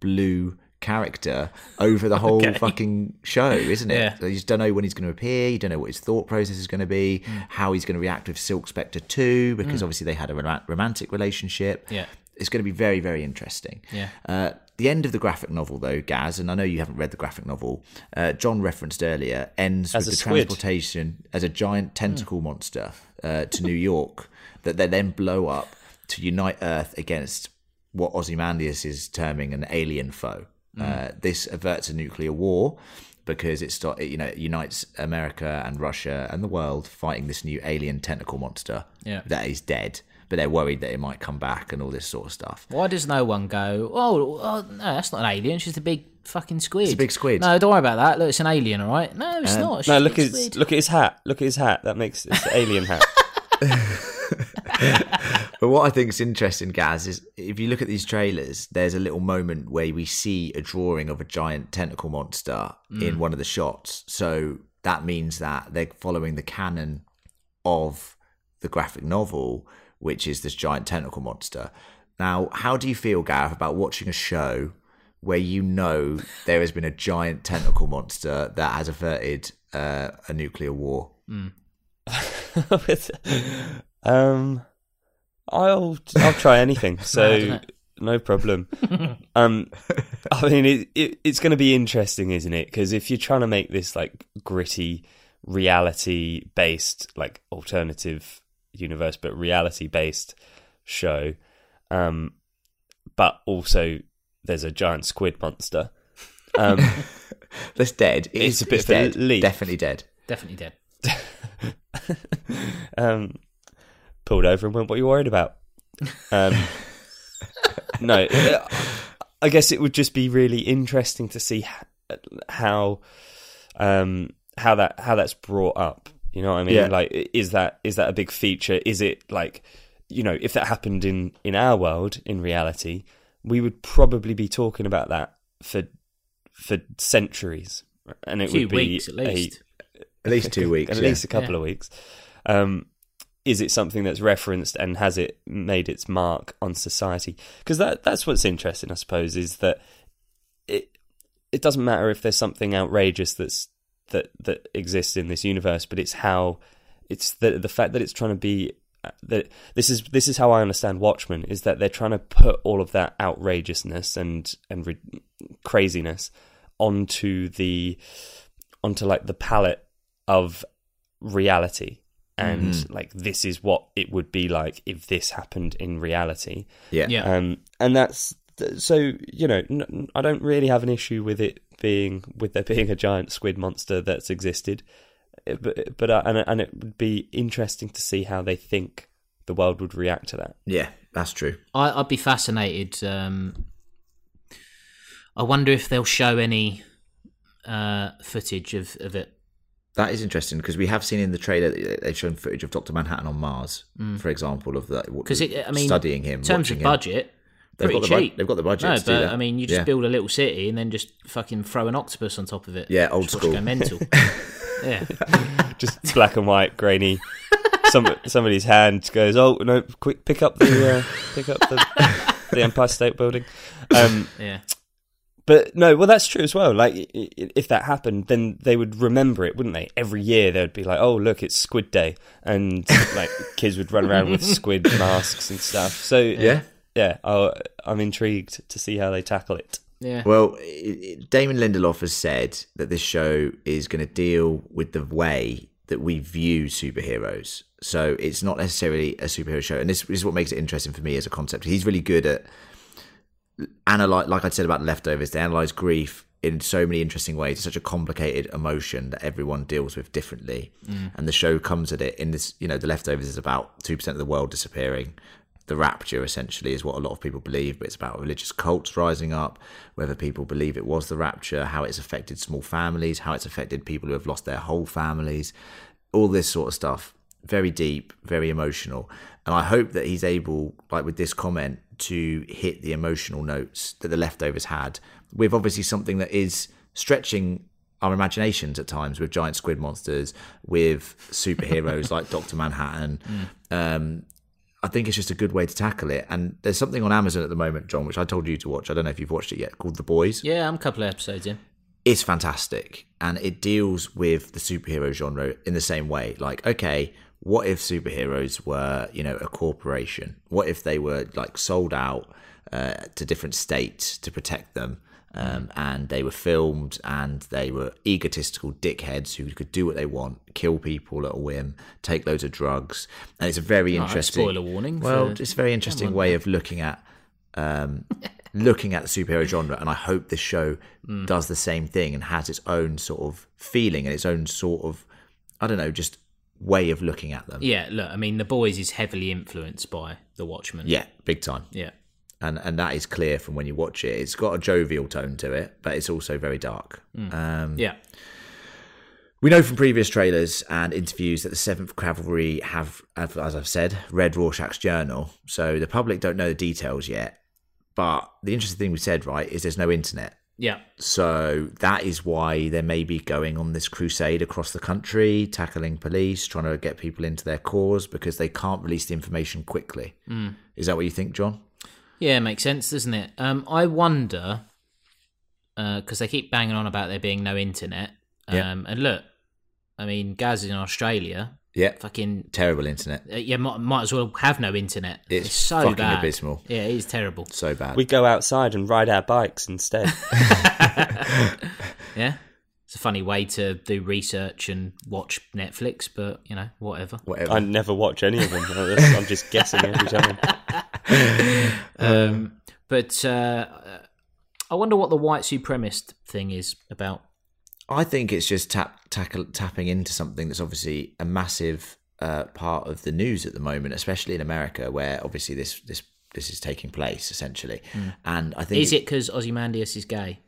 blue character over the whole Okay. fucking show, isn't it? Yeah. So you just don't know when he's going to appear. You don't know what his thought process is going to be. Hmm. How he's going to react with Silk Spectre too, because Mm. obviously they had a rom- romantic relationship. Yeah. It's going to be very, very interesting. Yeah. Uh, the end of the graphic novel, though, Gaz, and I know you haven't read the graphic novel. Uh, John referenced earlier ends As with the a squid. Hmm. transportation as a giant tentacle monster uh, to New York that they then blow up to unite Earth against what Ozymandias is terming an alien foe. Hmm. Uh, this averts a nuclear war because it start, it, you know it unites America and Russia and the world fighting this new alien tentacle monster Yeah. that is dead, but they're worried that it might come back and all this sort of stuff. Why does no one go? Oh, oh, no, that's not an alien. She's a big fucking squid. It's a big squid. No, don't worry about that. Look, it's an alien, all right? No, it's Um, not. It's No, just a look at big his, squid. look at his hat. Look at his hat. That makes it's the alien hat. But what I think is interesting, Gaz, is if you look at these trailers, there's a little moment where we see a drawing of a giant tentacle monster in one of the shots. So that means that they're following the canon of the graphic novel, which is this giant tentacle monster. Now, how do you feel, Gav, about watching a show where you know there has been a giant tentacle monster that has averted uh, a nuclear war? [laughs] With- um, I'll I'll [laughs] try anything. isn't So it? [laughs] no problem. um, I mean, it, it it's going to be interesting, isn't it? Because if you're trying to make this like gritty, reality based, like alternative universe, but reality based show, um, but also there's a giant squid monster. Um, That's dead. It It's is- a bit it's of a dead. leap. Definitely dead. Definitely dead. um, pulled over and went, "What are you worried about?" [laughs] Um, no, uh, I guess it would just be really interesting to see h- how um, how that how that's brought up. You know what I mean? Yeah. Like, i- is that is that a big feature? Is it like you know, if that happened in in our world in reality, we would probably be talking about that for for centuries, and it Few would be weeks at a- least. At least two weeks. at yeah. least a couple Yeah. of weeks. Um, is it something that's referenced and has it made its mark on society? Because that that's what's interesting, I suppose, is that it it doesn't matter if there's something outrageous that's that that exists in this universe, but it's how it's the the fact that it's trying to be uh, that this is this is how I understand Watchmen is that they're trying to put all of that outrageousness and and re- craziness onto the onto like the palette of reality and like this is what it would be like if this happened in reality Yeah. Yeah. um and that's th- so you know n- n- i don't really have an issue with it being with there being a giant squid monster that's existed Uh, but but I, and and it would be interesting to see how they think the world would react to that Yeah, that's true. I, I'd be fascinated. Um, I wonder if they'll show any uh, footage of, of it. That is interesting because we have seen in the trailer that they've shown footage of Doctor Manhattan on Mars, for example, of that Because Mm. I mean, studying him, in terms watching of him. budget, They've pretty got the bu- cheap. they've got the budget No, to do but that. I mean, you just Yeah. build a little city and then just fucking throw an octopus on top of it. Yeah, old Just watch it school. Go [laughs] mental. yeah, just [laughs] black and white grainy some somebody's hand goes oh no quick pick up the uh, pick up the the empire state building um yeah, But no, well, that's true as well. Like, i- i- if that happened, then they would remember it, wouldn't they? Every year they would be like, "Oh, look, it's Squid Day," and like [laughs] kids would run [laughs] around with squid masks and stuff. So Yeah. yeah, I'll, I'm intrigued to see how they tackle it. yeah. Well, i- i- Damon Lindelof has said that this show is going to deal with the way that we view superheroes. So it's not necessarily a superhero show, and this is what makes it interesting for me as a concept. He's really good at analyze, like I said about leftovers, they analyze grief in so many interesting ways. It's such a complicated emotion that everyone deals with differently, and the show comes at it in this. You know, the leftovers is about two percent of the world disappearing. the rapture, essentially, is what a lot of people believe, but it's about religious cults rising up, whether people believe it was the rapture, how it's affected small families, how it's affected people who have lost their whole families, all this sort of stuff. Very deep, very emotional. And I hope that he's able, like with this comment, to hit the emotional notes that the leftovers had with obviously something that is stretching our imaginations at times with giant squid monsters, with superheroes like Doctor Manhattan. Mm. Um, I think it's just a good way to tackle it. And there's something on Amazon at the moment, John, which I told you to watch. I don't know if you've watched it yet, called The Boys. Yeah, I'm a couple of episodes in. It's fantastic. And it deals with the superhero genre in the same way. Like, okay, what if superheroes were, you know, a corporation? What if they were like sold out uh, to different states to protect them? Um, and they were filmed and they were egotistical dickheads who could do what they want, kill people at a whim, take loads of drugs, and it's a very All right, interesting. spoiler warning Well, for- it's a very interesting Come on. way of looking at um, looking at the superhero genre, and I hope this show does the same thing and has its own sort of feeling and its own sort of I don't know, just way of looking at them. Yeah, look, I mean, The Boys is heavily influenced by The Watchmen. Yeah, big time. Yeah. and and that is clear from when you watch it. It's got a jovial tone to it, but it's also very dark. Um, Yeah. we know from previous trailers and interviews that the Seventh Cavalry have, have, as I've said, read Rorschach's journal, so the public don't know the details yet. But the interesting thing we said, right, is there's no internet. Yeah. So that is why they may be going on this crusade across the country, tackling police, trying to get people into their cause because they can't release the information quickly. Mm. Is that what you think, John? Yeah, it makes sense, doesn't it? Um, I wonder because they keep banging on about there being no internet. Um, Yeah. and look, I mean, Gaz is in Australia. Yeah. Fucking Terrible internet. uh, yeah, might, might as well have no internet. It's It's, so fucking bad. abysmal. Yeah, it is terrible. So bad. We go outside and ride our bikes instead. Yeah, it's a funny way to do research and watch Netflix, but you know, whatever. Whatever. [laughs] I never watch any of them. I'm just guessing every time. Um, but uh, I wonder what the white supremacist thing is about. I think it's just tap, tackle, tapping into something that's obviously a massive uh, part of the news at the moment, especially in America, where obviously this this this is taking place essentially. And I think Hmm. Is it because Ozymandias is gay?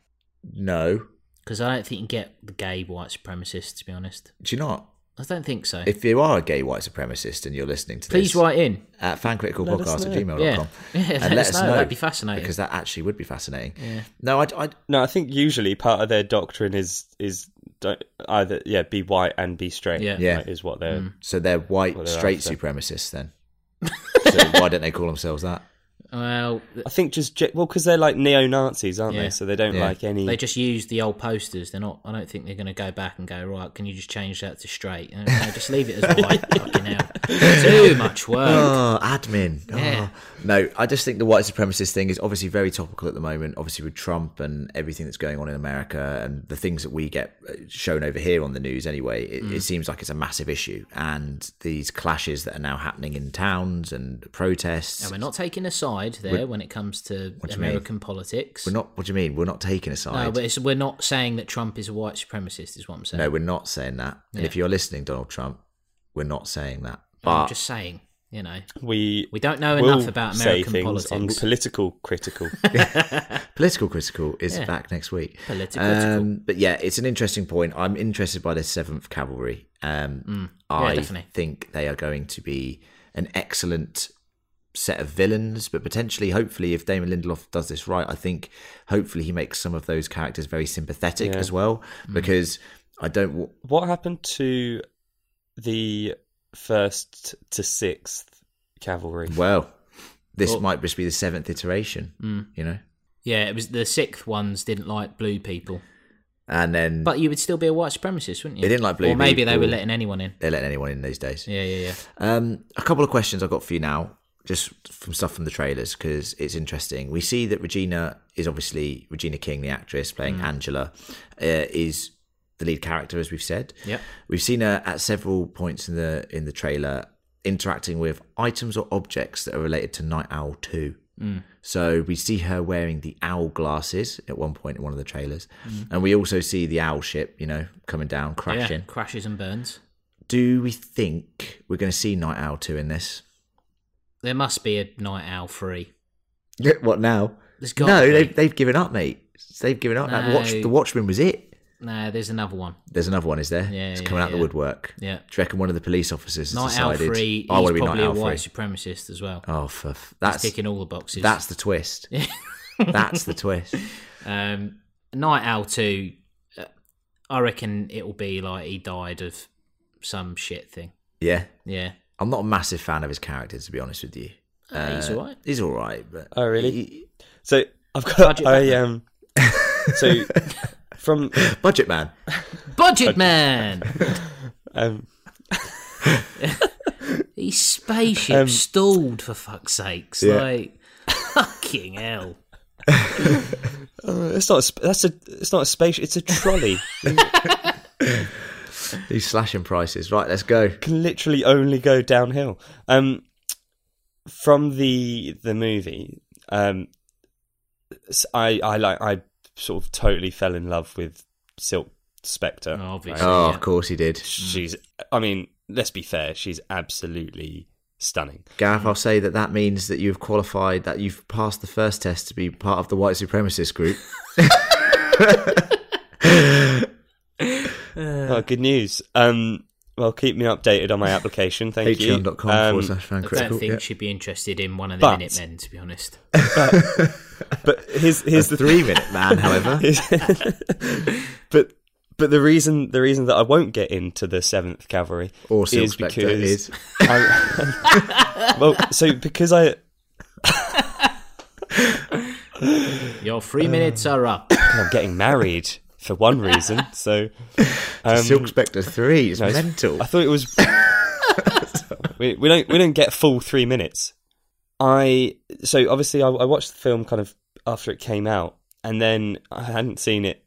no? Because I don't think you can get the gay white supremacists, to be honest. Do you not? I don't think so. If you are a gay white supremacist and you're listening to Please this, write in. at Let us fancriticalpodcast at know. gmail.com Yeah. [laughs] Yeah, and let us know. That'd be fascinating. because that actually would be fascinating. No, I, I No, I think usually part of their doctrine is is don't, either yeah be white and be straight. Yeah. Yeah. like, is what they're. so they're white Well, they're straight after. supremacists then. so why don't they call themselves that? [laughs] Well, th- I think just ge- well because they're like neo Nazis, aren't Yeah. they? So they don't Yeah. like any. they just use the old posters. They're not. I don't think they're going to go back and go right. Can you just change that to straight? No, no, just leave [laughs] it as white. Fucking hell. Too much work. Oh, admin. Oh. Yeah. No, I just think the white supremacist thing is obviously very topical at the moment, obviously with Trump and everything that's going on in America and the things that we get uh, shown over here on the news anyway. It, Mm. it seems like it's a massive issue. And these clashes that are now happening in towns and protests. And we're not taking a side there when it comes to do you mean? American politics. We're not- what do you mean? We're not taking a side. No, but it's, we're not saying that Trump is a white supremacist. Is what I'm saying. No, we're not saying that. And Yeah. if you're listening, Donald Trump, we're not saying that. I'm But just saying. You know, we we don't know will enough about say American things politics. on political [laughs] critical. Political Critical is Yeah. back next week. Political Um, but yeah, it's an interesting point. I'm interested by the Seventh Cavalry. Um, I Mm. definitely. think they are going to be an excellent set of villains, but potentially, hopefully, if Damon Lindelof does this right, I think hopefully he makes some of those characters very sympathetic Yeah. as well. Mm. Because I don't. w- what happened to the first to sixth cavalry? Well, this Well- Mm. might just be the seventh iteration. You know, yeah, it was the sixth ones didn't like blue people. and then But you would still be a white supremacist, wouldn't you? They didn't like blue Or maybe they were people. letting anyone in. they're letting anyone in these days. Yeah, yeah, yeah. Um, a couple of questions I've got for you now, just from stuff from the trailers, because it's interesting. We see that Regina is obviously Regina King, the actress playing Mm. Angela, uh, is the lead character, as we've said. Yep. We've seen her at several points in the in the trailer interacting with items or objects that are related to Night Owl Two. Mm. So we see her wearing the owl glasses at one point in one of the trailers, and we also see the owl ship, you know, coming down, crashing. Mm. Yeah, crashes and burns. Do we think we're going to see Night Owl 2 in this? There must be a night owl free. What now? There's got No, to be. they've, they've given up, mate. They've given up. That watch, No. the Watchmen was it. No, there's another one. There's another one, is there? Yeah, it's yeah, coming out the yeah. woodwork. Yeah. Do you reckon one of the police officers has Night owl decided? free. I he's want to be probably night a owl free. white supremacist as well. Oh, for f- that's He's ticking all the boxes. That's the twist. that's [laughs] the twist. Um, Night Owl 2, uh, I reckon it'll be like he died of some shit thing. Yeah. Yeah. I'm not a massive fan of his character, to be honest with you. Uh, he's alright. He's all right, but Oh, really? So I've got. I um. [laughs] So from Budget Man. [laughs] Budget Man! um. His spaceship Um, stalled, for fuck's sakes. Yeah. Like, fucking hell. uh, it's not. A, sp- that's a. It's not a space. It's a trolley. you He's slashing prices. Right, let's go. can literally only go downhill. Um, from the the movie, um, s- I I like I sort of totally fell in love with Silk Spectre. Oh, obviously. Oh, yeah. of course he did. She's. I mean, let's be fair. She's absolutely stunning. Gareth, I'll say that that means that you've qualified, that you've passed the first test to be part of the white supremacist group. Oh, good news. Um, well, keep me updated on my [laughs] application. [laughs] Thank you. Patreon.com Um, forward slash fan I don't critical. think yeah. she'd be interested in one of the But- Minutemen, to be honest. [laughs] but here's here's the the three minute man, [laughs] however. but but the reason the reason that I won't get into the Seventh Cavalry Or Silk is Spectre because is. I- [laughs] well, so because I Your Uh, three minutes are up. I'm getting married for one reason, so um, Silk Spectre 3 is no, it's- mental. I thought it was. [laughs] we, we don't we don't get full three minutes. I so obviously I, I watched the film kind of after it came out, and then I hadn't seen it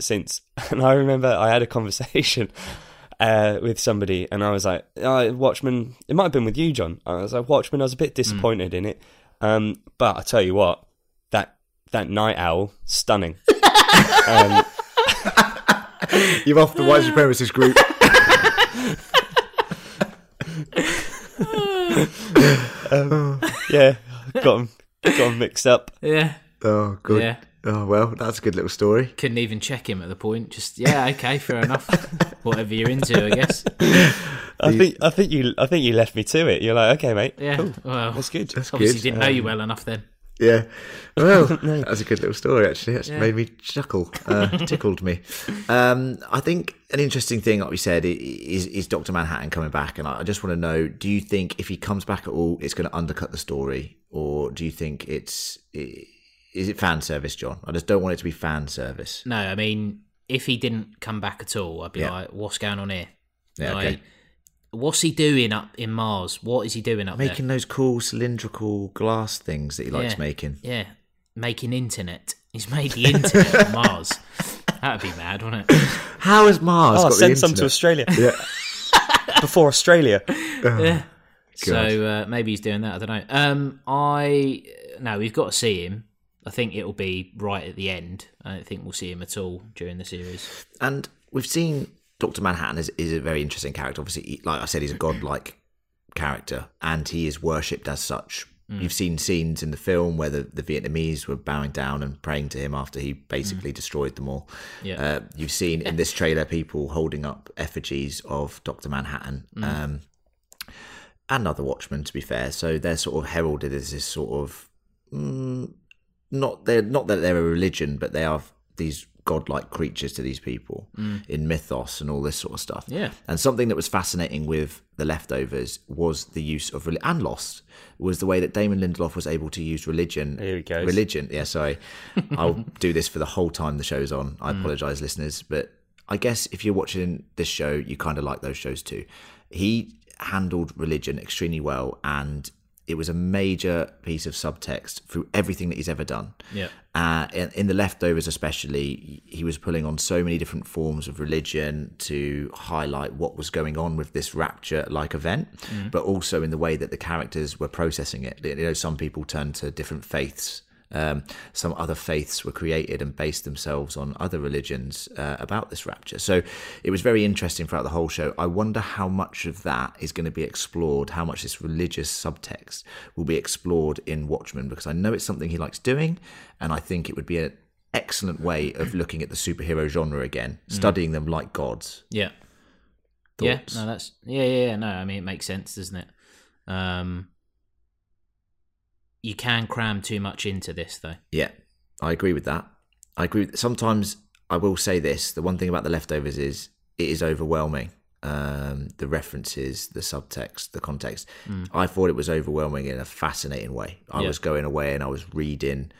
since. [laughs] And I remember I had a conversation [laughs] uh, with somebody, and I was like, oh, "Watchmen." It might have been with you, John. I was like, "Watchmen." I was a bit disappointed in it, um, but I tell you what, that that night owl, stunning. um, You're off the white supremacist group. yeah, got 'em- got 'em mixed up. Yeah. Oh, good. Yeah. Oh, well, that's a good little story. Couldn't even check him at the point. Just, yeah, okay, [laughs] fair enough. Whatever you're into, I guess. I think I think you I think you left me to it. You're like, okay, mate. Yeah. cool. Well, that's good. obviously good. Um, didn't know you well enough then. Yeah. [laughs] Well, that's a good little story, actually. That's made me chuckle, uh, tickled me. Um, I think an interesting thing, like we said, i- is, is Dr. Manhattan coming back. And I I just want to know do you think if he comes back at all, it's going to undercut the story? Or do you think it's. i- Is it fan service, John? I just don't want it to be fan service. No, I mean, if he didn't come back at all, I'd be Yeah. like, what's going on here? Yeah, like, okay. what's he doing up in Mars? What is he doing up Making those cool cylindrical glass things that he there? likes making. Yeah, making internet. He's [laughs] made the internet on Mars. That'd be mad, wouldn't it? How has Mars Oh, got the send some to internet? Australia. [laughs] Before Australia. So uh, maybe he's doing that. I don't know. Um, I no, we've got to see him. I think it'll be right at the end. I don't think we'll see him at all during the series. And we've seen Doctor Manhattan is, is a very interesting character. Obviously, he- like I said, he's a godlike character, and he is worshipped as such. You've seen scenes in the film where the, the Vietnamese were bowing down and praying to him after he basically destroyed them all. Yeah. Uh, you've seen in this trailer people holding up effigies of Doctor Manhattan. Um, and other Watchmen, to be fair. So they're sort of heralded as this sort of mm, not they're not that they're a religion, but they are these godlike creatures to these people in mythos and all this sort of stuff. Yeah. And something that was fascinating with the leftovers was the use of reli- and Lost was the way that Damon Lindelof was able to use religion. Here he goes. Religion. Yeah. Sorry, I'll do this for the whole time the show's on. I apologize, listeners, but I guess if you're watching this show, you kind of like those shows too. He handled religion extremely well, and it was a major piece of subtext through everything that he's ever done. Yeah. Uh, in, in the leftovers, especially, he was pulling on so many different forms of religion to highlight what was going on with this rapture-like event, but also in the way that the characters were processing it. You know, some people turned to different faiths um, some other faiths were created and based themselves on other religions uh, about this rapture. So it was very interesting throughout the whole show. I wonder how much of that is going to be explored, how much this religious subtext will be explored in Watchmen, because I know it's something he likes doing, and I think it would be an excellent way of looking at the superhero genre again, mm. studying them like gods. Yeah. Thoughts? Yeah, no, that's yeah, yeah, yeah. No, I mean it makes sense, doesn't it? Um, you can cram too much into this, though. Yeah, I agree with that. I agree. Sometimes I will say this: the one thing about the leftovers is it is overwhelming. Um, the references, the subtext, the context. Mm. I thought it was overwhelming in a fascinating way. I yeah. was going away and I was reading,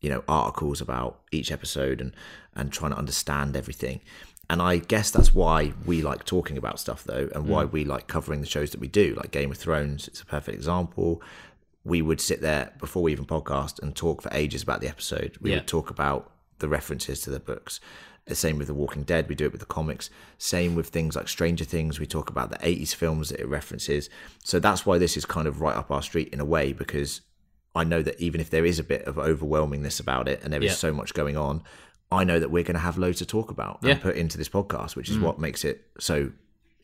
you know, articles about each episode and and trying to understand everything. And I guess that's why we like talking about stuff, though, and why mm. we like covering the shows that we do. Like Game of Thrones, it's a perfect example. We would sit there before we even podcast and talk for ages about the episode. We yeah. would talk about the references to the books. The same with The Walking Dead, we do it with the comics. Same with things like Stranger Things, we talk about the 80s films that it references. So that's why this is kind of right up our street in a way, because I know that even if there is a bit of overwhelmingness about it and there is yeah. so much going on, I know that we're going to have loads to talk about and yeah. put into this podcast, which is mm. what makes it so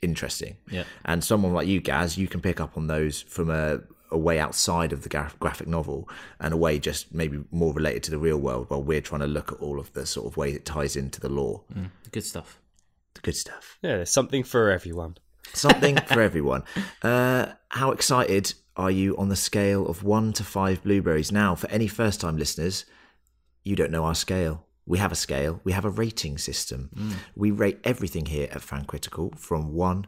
interesting. Yeah. And someone like you, Gaz, you can pick up on those from a, Uh, a way outside of the gra- graphic novel and a way just maybe more related to the real world while we're trying to look at all of the sort of ways it ties into the law. Mm. The good stuff. The good stuff. Yeah, something for everyone. Something [laughs] for everyone. Uh, how excited are you on the scale of one to five blueberries? Now, for any first time listeners, you don't know our scale. We have a scale, we have a rating system. Mm. We rate everything here at Fan Critical from one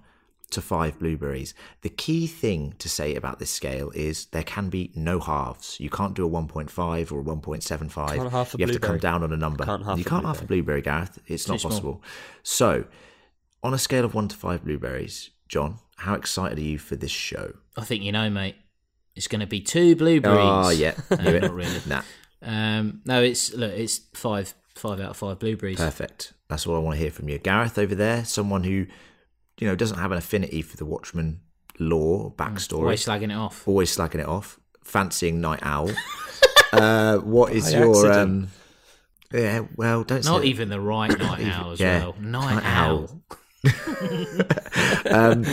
to five blueberries. The key thing to say about this scale is there can be no halves. You can't do a 1.5 or a 1.75. Can't half a you have blueberry. to come down on a number. Can't half you can't half a blueberry, Gareth. It's Too not possible. Small. So, on a scale of one to five blueberries, John, how excited are you for this show? I think you know, mate. It's going to be two Ah, blueberries. Oh, [laughs] yeah. uh, not really. nah. Um, no, it's look, it's five five out of five blueberries. Perfect. That's all I want to hear from you, Gareth. Over there, someone who, you know, doesn't have an affinity for the Watchmen lore backstory. Always slagging it off. Always slagging it off. Fancying Night Owl. [laughs] uh, what is By your accident. e- um? Yeah, well, don't. Not even that. the right [coughs] Night Owl as yeah. well. Night, night Owl. owl. um,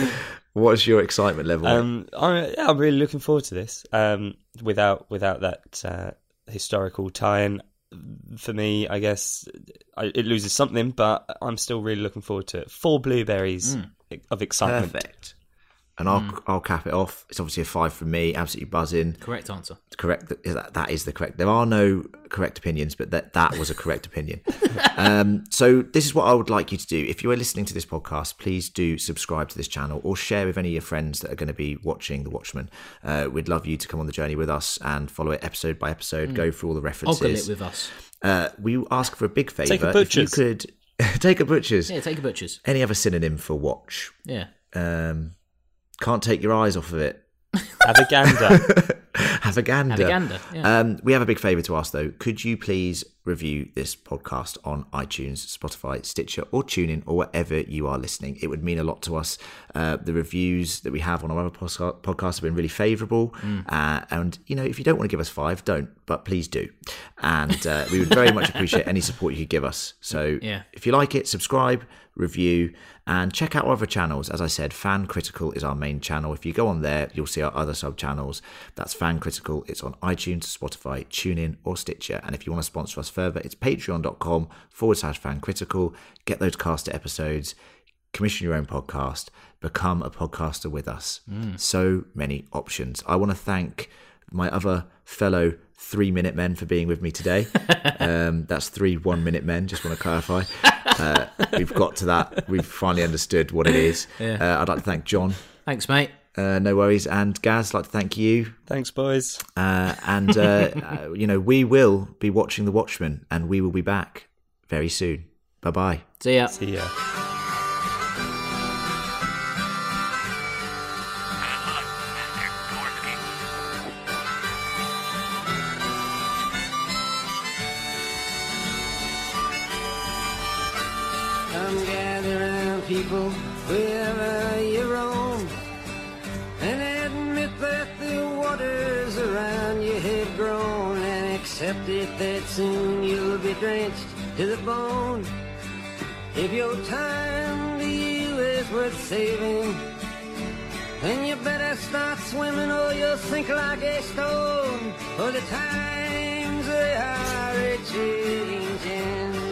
what's your excitement level? Um, I'm, yeah, I'm really looking forward to this. Um, without without that uh, historical tie-in, for me, I guess I, it loses something, but I'm still really looking forward to it. Four blueberries mm. of excitement. Perfect. And I'll mm. I'll cap it off. It's obviously a five from me. Absolutely buzzing. Correct answer. Correct. That, that is the correct. There are no correct opinions, but that that was a correct opinion. Um, so this is what I would like you to do. If you are listening to this podcast, please do subscribe to this channel or share with any of your friends that are going to be watching The Watchmen. Uh, we'd love you to come on the journey with us and follow it episode by episode. Mm. Go through all the references. Ogle it with us. Uh, we ask for a big favour. Take a butcher's. If you could [laughs] take a butcher's. Yeah, take a butcher's. Any other synonym for watch? Yeah. Um, can't take your eyes off of it. Have a gander. [laughs] have a gander. Have a gander. Yeah. Um, we have a big favour to ask though. Could you please review this podcast on iTunes, Spotify, Stitcher, or TuneIn, or wherever you are listening? It would mean a lot to us. Uh, the reviews that we have on our other podcasts have been really favourable. Mm. Uh, and you know, if you don't want to give us five, don't. But please do. And uh, we would very much appreciate any support you could give us. So yeah. if you like it, subscribe review, and check out our other channels. As I said, Fan Critical is our main channel. If you go on there, you'll see our other sub channels. That's Fan Critical. It's on iTunes, Spotify, TuneIn, or Stitcher. And if you want to sponsor us further, it's patreon.com forward slash fan critical. Get those caster episodes, commission your own podcast, become a podcaster with us. Mm. So many options. I want to thank my other fellow three minute men for being with me today. Um, that's three one minute men, just want to clarify. Uh, we've got to that. We've finally understood what it is. Yeah. Uh, I'd like to thank John. Thanks, mate. Uh, no worries. And Gaz, I'd like to thank you. Uh, Thanks, boys. and, uh, you know, we will be watching The Watchmen and we will be back very soon. Bye bye. See ya. See ya. people wherever you roam and admit that the waters around your head grown and accept Accept it that soon you'll be drenched to the bone. If your time to you is worth saving, then you better start swimming or you'll sink like a stone. For the times they are a changing.